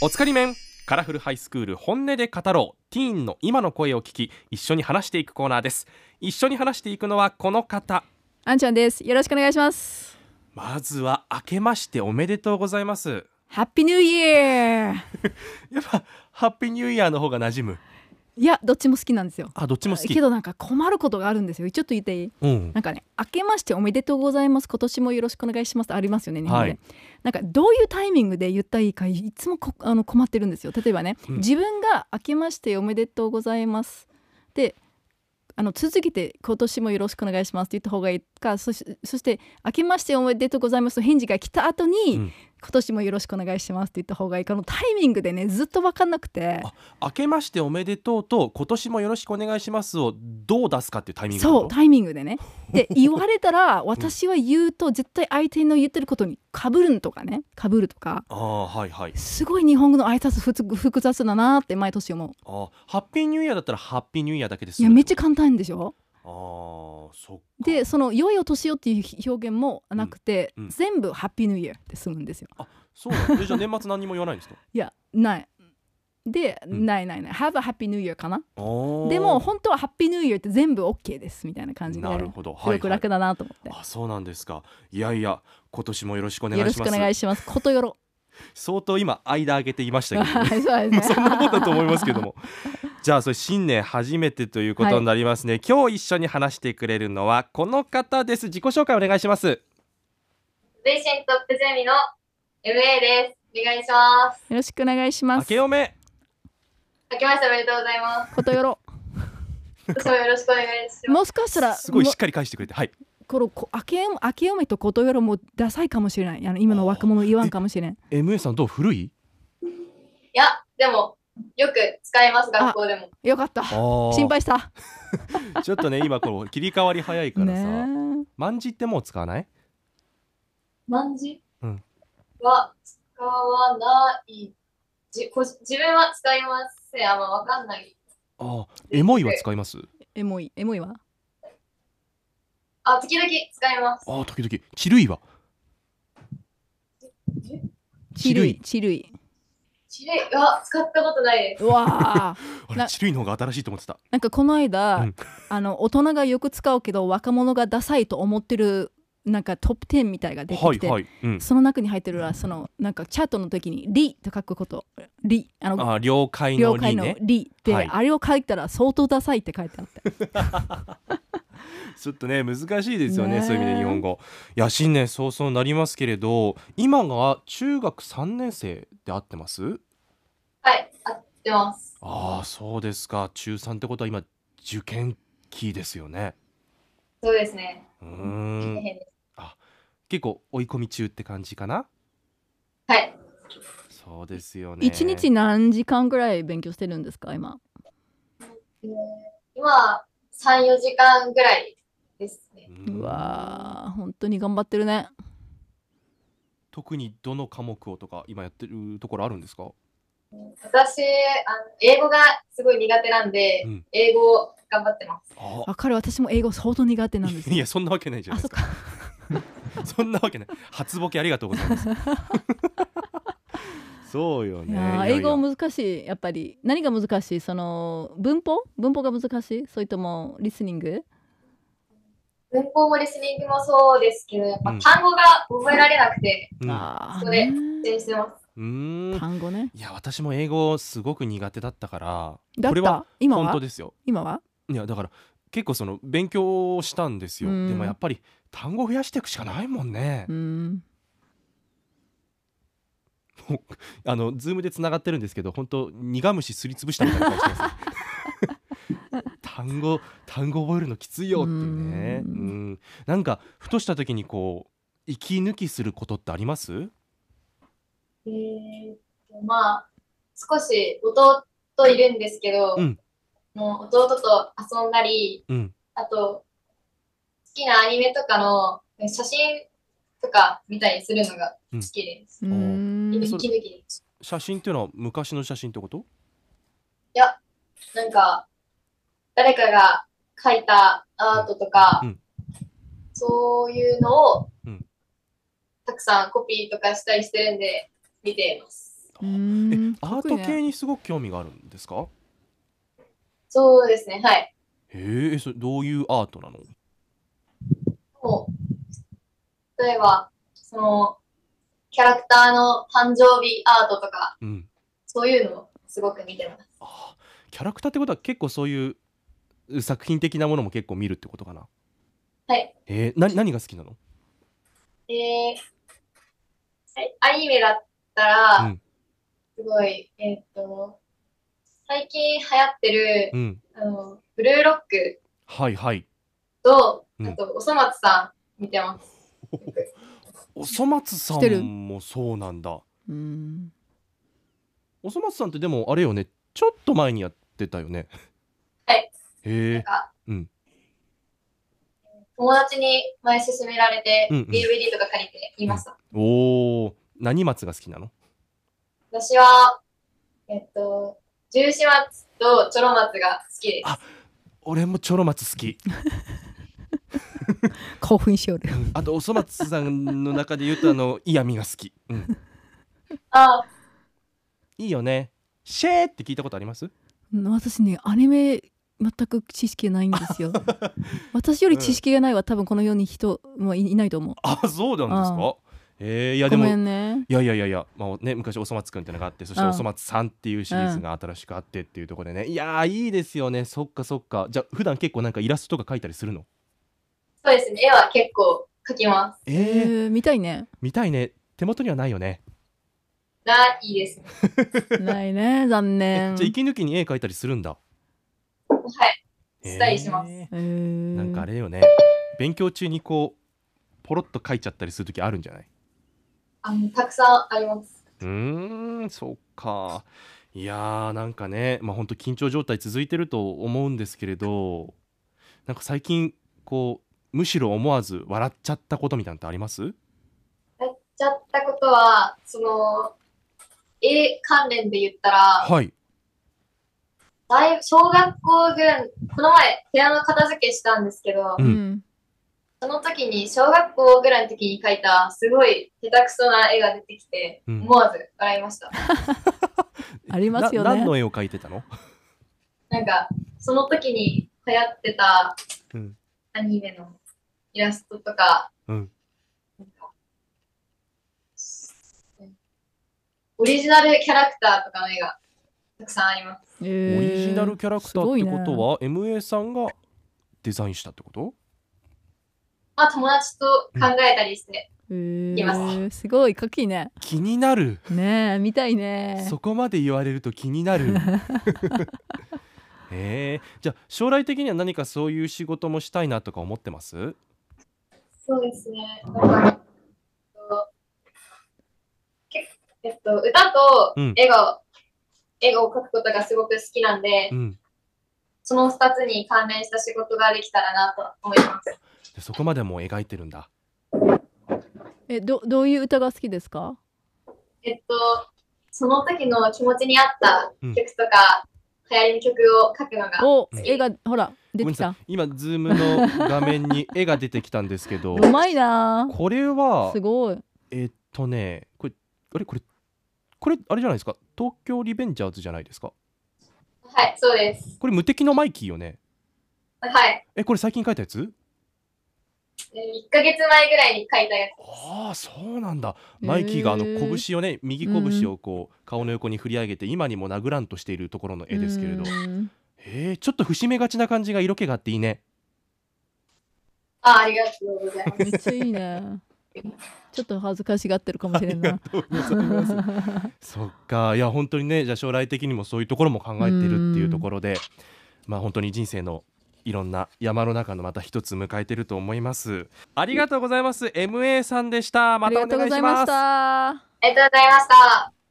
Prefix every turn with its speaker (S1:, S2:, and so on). S1: おつかり面カラフルハイスクール本音で語ろうティーンの今の声を聞き一緒に話していくコーナーです一緒に話していくのはこの方
S2: あんちゃんですよろしくお願いします
S1: まずは明けましておめでとうございます
S2: ハッピーニューイヤー
S1: やっぱハッピーニューイヤーの方が馴染む
S2: いやどっちも好きなんですよ
S1: あどっちも好き
S2: けどなんか困ることがあるんですよちょっと言っていい
S1: うん
S2: なんかね明けましておめでとうございます今年もよろしくお願いしますってありますよね日本で、
S1: はい
S2: なんかどういうタイミングで言ったらいいかいつもこあの困ってるんですよ例えばね、
S1: うん
S2: 自分が明けましておめでとうございますであの続けて今年もよろしくお願いしますって言った方がいいかそしそして明けましておめでとうございますと返事が来た後に、
S1: うん
S2: 今年もよろしくお願いしますって言った方がいいかのタイミングでねずっと分かんなくて
S1: あ明けましておめでとうと今年もよろしくお願いしますをどう出すかっていうタイミング
S2: そ
S1: っ
S2: う
S1: てこ
S2: タイミングでね で言われたら私は言うと絶対相手の言ってることにかぶるんとかねかぶるとか
S1: とあーはいはい
S2: すごい日本語の挨拶ふつ複雑だなって毎年思う
S1: あーハッピーニューイヤーだったらハッピーニューイヤーだけです
S2: いやめっちゃ簡単でしょ
S1: あーそっか
S2: でその「良いお年をっていう表現もなくて、
S1: うんうん
S2: 全部「ハッピーニューイヤー」って済むんですよ
S1: そうなんだえじゃあ年末何も言わないん ですか
S2: いやないで、
S1: うん
S2: ないないない「Have a happy new year」かな
S1: あー
S2: でも本当は「ハッピーニューイヤー」って全部 OK ですみたいな感じで
S1: なるほど
S2: すごく楽だなと思って、
S1: あそうなんですかいやいや今年もよろしくお願
S2: よろ
S1: いし
S2: しく
S1: ま
S2: お
S1: す
S2: 願い しますことよろ
S1: 相当今間上げていましたけど、
S2: はいそうで
S1: まあ
S2: す
S1: そ
S2: ね
S1: んなもんだと思いますけどもじゃあそれ新年初めてということになりますね、今日一緒に話してくれるのはこの方です自己紹介お願いします
S3: レーシントップゼミの MA です。お願いします。
S2: よろしくお願いし
S1: 明
S2: ます
S1: けおめ
S3: 明けましておめでとうございま
S2: ことよろ
S3: す。そうよろしくお願いします。
S2: もしかしたら
S1: すごい
S2: も
S1: しっかり返してくれてはい
S2: このこ明け明けおめとことよろもダサいかもしれないあの今の若者言わんかもしれん
S1: MA さんどう古い
S3: いや、でも、よく使います、学校でも。
S2: よかった心
S1: 心
S2: 配した
S1: ちょっとね今こう切り替わり早いからさ、
S2: ね
S1: 万字ってもう使わない
S3: 漢字
S1: うん
S3: は使わない。じこ自分は使いません。あんまわかんない。
S1: あーエモいは使います
S2: えエモいエモいわ
S3: あ、時々使います。
S1: あー時々チルイは
S2: チルイチルイ
S3: 知れ、あ、使ったことないです。
S2: う わあ
S1: あ
S2: な
S1: れチルイの方が新しいと思ってた
S2: なんかこの間、
S1: うん
S2: あの大人がよく使うけど若者がダサいと思ってるなんかトップ10みたいが出て
S1: は
S2: き
S1: い
S2: て、
S1: はい、うん、
S2: その中に入ってるのはそのなんかチャットの時に「リ」と書くこと「リ」あの
S1: あー了解の
S2: 了
S1: 理
S2: 解の
S1: ね
S2: 「リ」って、
S1: はい
S2: あれを書いたら相当ダサいって書いてあって
S1: ちょっとね難しいですよね
S2: ねえ
S1: そういう意味で日本語いや新年早々になりますけれど今が中学3年生で合ってます
S3: はい、合ってます。
S1: ああそうですか中3ってことは今受験期ですよね
S3: そうですね。
S1: うー
S3: 大
S1: ん
S3: 変です
S1: 結構追い込み中って感じかな
S3: はい。
S1: そうですよね
S2: 一日何時間ぐらい勉強してるんですか今
S3: えー今、3、4時間ぐらいですね。
S1: うん
S2: うわー本当に頑張ってるね
S1: 特にどの科目をとか今やってるところあるんですか
S3: 私あの、英語がすごい苦手なんで、
S1: うん
S3: 英語を頑張ってます。
S1: あ
S2: わかる私も英語相当苦手なんですよ
S1: いやそんなわけないじゃ
S2: あ
S1: ない
S2: そ
S1: で
S2: っ
S1: すか
S2: か
S1: そんなわけない初ボケありがとうございます そうよ
S2: い
S1: ね
S2: やー
S1: いやいや
S2: 英語難しいやっぱり何が難しいその文法文法が難しいそれともリスニング
S3: 文法もリスニングもそうですけど、やっ
S1: う
S3: ぱ
S1: ん
S3: 単語が覚えられなくて、
S1: うん
S2: あー
S3: それ
S2: ね
S3: 苦戦してます。
S1: うーん
S2: 単語ね
S1: いや私も英語すごく苦手だったから
S2: だっ
S1: これは
S2: た今
S1: 本当
S2: は
S1: ですよ
S2: 今はい
S1: やだから結構その勉強をしたんですよ
S2: うん
S1: でもやっぱり単語増やしていくしかないもんね
S2: うーん
S1: あのズームでつながってるんですけど本当苦虫すりつぶしたみたいな顔して ます単語単語覚えるのきついよっていうねう
S2: うん
S1: んなんかふとした時にこう息抜きすることってあります
S3: えーっと、まあ、少し弟いるんですけど、
S1: うん
S3: もう弟と遊んだり、
S1: うん
S3: あと、好きなアニメとかの写真とか見たりするのが好きです。
S2: うーん
S3: 息抜きです。
S1: 写真っていうのは昔の写真ってこと
S3: いや、なんか、誰かが描いたアートとか、
S1: うん
S3: そういうのを、
S1: うん
S3: たくさんコピーとかしたりしてるんで、見ています。
S1: あ
S2: うー
S1: え
S2: ん
S1: ア
S2: かっ
S1: ー
S2: こい
S1: ト
S2: いね
S1: 系にすごく興味があるんですか
S3: そうですね、はい。
S1: へえそれどういうアートなの
S3: もう、例えば、その、キャラクターの誕生日アートとか、
S1: うん
S3: そういうのをすごく見てます。
S1: あーキャラクターってことは結構そういうう作品的なものも結構見るってことかな
S3: はい。
S1: えー、な何が好きなの
S3: えー、はいアニメだったら、
S1: うん
S3: すごい、えーっと、最近流行ってる、
S1: うん
S3: あの、ブルーロック
S1: はいはい
S3: と、
S1: うん
S3: あと、おそ松さん見てます。
S1: おそ松さ
S2: 知ってる
S1: んもそうなんだ
S2: うん
S1: おそ松さんってでもあれよねちょっと前にやってたよね
S3: はい
S1: へ
S3: なん
S1: え
S3: か、
S1: うん
S3: 友達に前勧められて、
S1: うんうん
S3: DVD とか借りていました。
S1: おお何松が好きなの
S3: 私は、えっと、十四松とチョロ松が好きです。
S1: あ俺もチョロ松好き
S2: 興奮しよる
S1: あとおそ松さんの中で言うとあのイヤミが好き、 うん、
S3: あ、
S1: いいよねシェーって聞いたことあります
S2: うん私ねアニメ全く知識ないんで すよ私より知識がないは多分この世に人もいいないと思う
S1: あそうなんです
S2: う
S1: かえー、いやで
S2: ご
S1: も
S2: め
S1: い
S2: んね
S1: やいやいやいや、まあね、昔おそ松くんってのがあってそして
S2: うん
S1: おそ松さんっていうシリーズが新しくあってっていうところでね、いやーいいですよねそっかそっかじゃあ普段結構なんかイラストとか描いたりするの
S3: そうですね。絵は結構描きます。
S1: え
S2: え
S1: ー、
S2: ー、見たいね
S1: 見たいね手元にはないよね、
S3: ないですね。
S2: ないね残
S1: え
S2: 念
S1: じゃあ息抜きに絵描いたりするんだ
S3: はい。したりします
S1: え
S2: え
S1: ー
S2: ー
S1: なんかあれだよね勉強中にこうポロッと描いちゃったりする時あるんじゃない
S3: あの、たくさんあります。
S1: うーん、そっか。いやー、なんかね、まあ、本当緊張状態続いてると思うんですけれど。なんか最近、こう、むしろ思わず笑っちゃったことみたいなのってあります。
S3: やっちゃったことは、その、絵関連で言ったら、
S1: はい。
S3: だいぶ小学校ぐらい、この前、部屋の片付けしたんですけど
S1: う、
S2: うんん
S3: その時に、小学校ぐらいの時に描いた、すごい下手くそな絵が出てきて、
S1: うん
S3: 思わず笑いました。
S2: ありますよね
S1: な何の絵を描いてたの。
S3: なんか、その時に流行ってた
S1: うん
S3: アニメのイラストとか、
S1: うん
S3: なんかオリジナルキャラクターとかの絵がたくさんあります。
S1: オ
S2: オ
S1: リジナルキャラクターってことは、M. A. さんがデザインしたってこと。
S3: まあ、友達と考えたりして、
S2: えー
S3: います
S2: ごいかっこいいね
S1: 気になる。
S2: ねえ見たいね
S1: そこまで言われると気にな る。えー、じゃあ将来的には何かそういう仕事もしたいなとか思ってます
S3: そうですね。なんか結えっと、歌と
S1: うん
S3: 絵が、絵を描くことがすごく好きなんで、
S1: うん
S3: その2つに関連した仕事ができたらなと思います。
S1: でそこまでもう描いてるんだ。
S2: えどどういう歌が好きですか
S3: えっと、その時の気持ちに合った曲とか、流行りの曲を書くのが、
S2: お
S1: うん
S2: 絵がほら出
S1: ごめん
S2: て
S1: な
S2: き
S1: さ
S2: た
S1: い今ズームの画面に絵が出てきたんですけ ど
S2: うまいな
S1: これは
S2: すごい
S1: えっとねこれあれこれこれあれじゃないですか東京リベンジャーズじゃないですか
S3: はい、そうです。
S1: これ無敵のマイキーよね
S3: はい。
S1: えこれ最近描いたやつ
S3: 1ヶ月前ぐらいに書いたやつ。
S1: ああそうなんだマイキーがあの
S2: へー
S1: 拳をね右拳をこう顔の横に振り上げて今にも殴らんとしているところの絵ですけれど
S2: うん
S1: えー、ちょっと節目がちな感じが色気があっていいね
S3: あありがとう ございます。
S2: めっちゃいいねちょっと恥ずかしがってるかもしれんな
S1: そっかいや本当にねじゃあ将来的にもそういうところも考えてるっていうところでまあ本当に人生のいろんな山の中のまた一つ迎えてると思いますありがとうございます MA さんでした
S2: あ
S1: ま
S2: り
S1: た
S2: が
S1: お
S2: と
S1: 願
S2: うご
S1: い
S2: ざい
S1: し
S2: ま
S1: ま
S2: し
S1: す
S2: た
S3: ありがとうございました。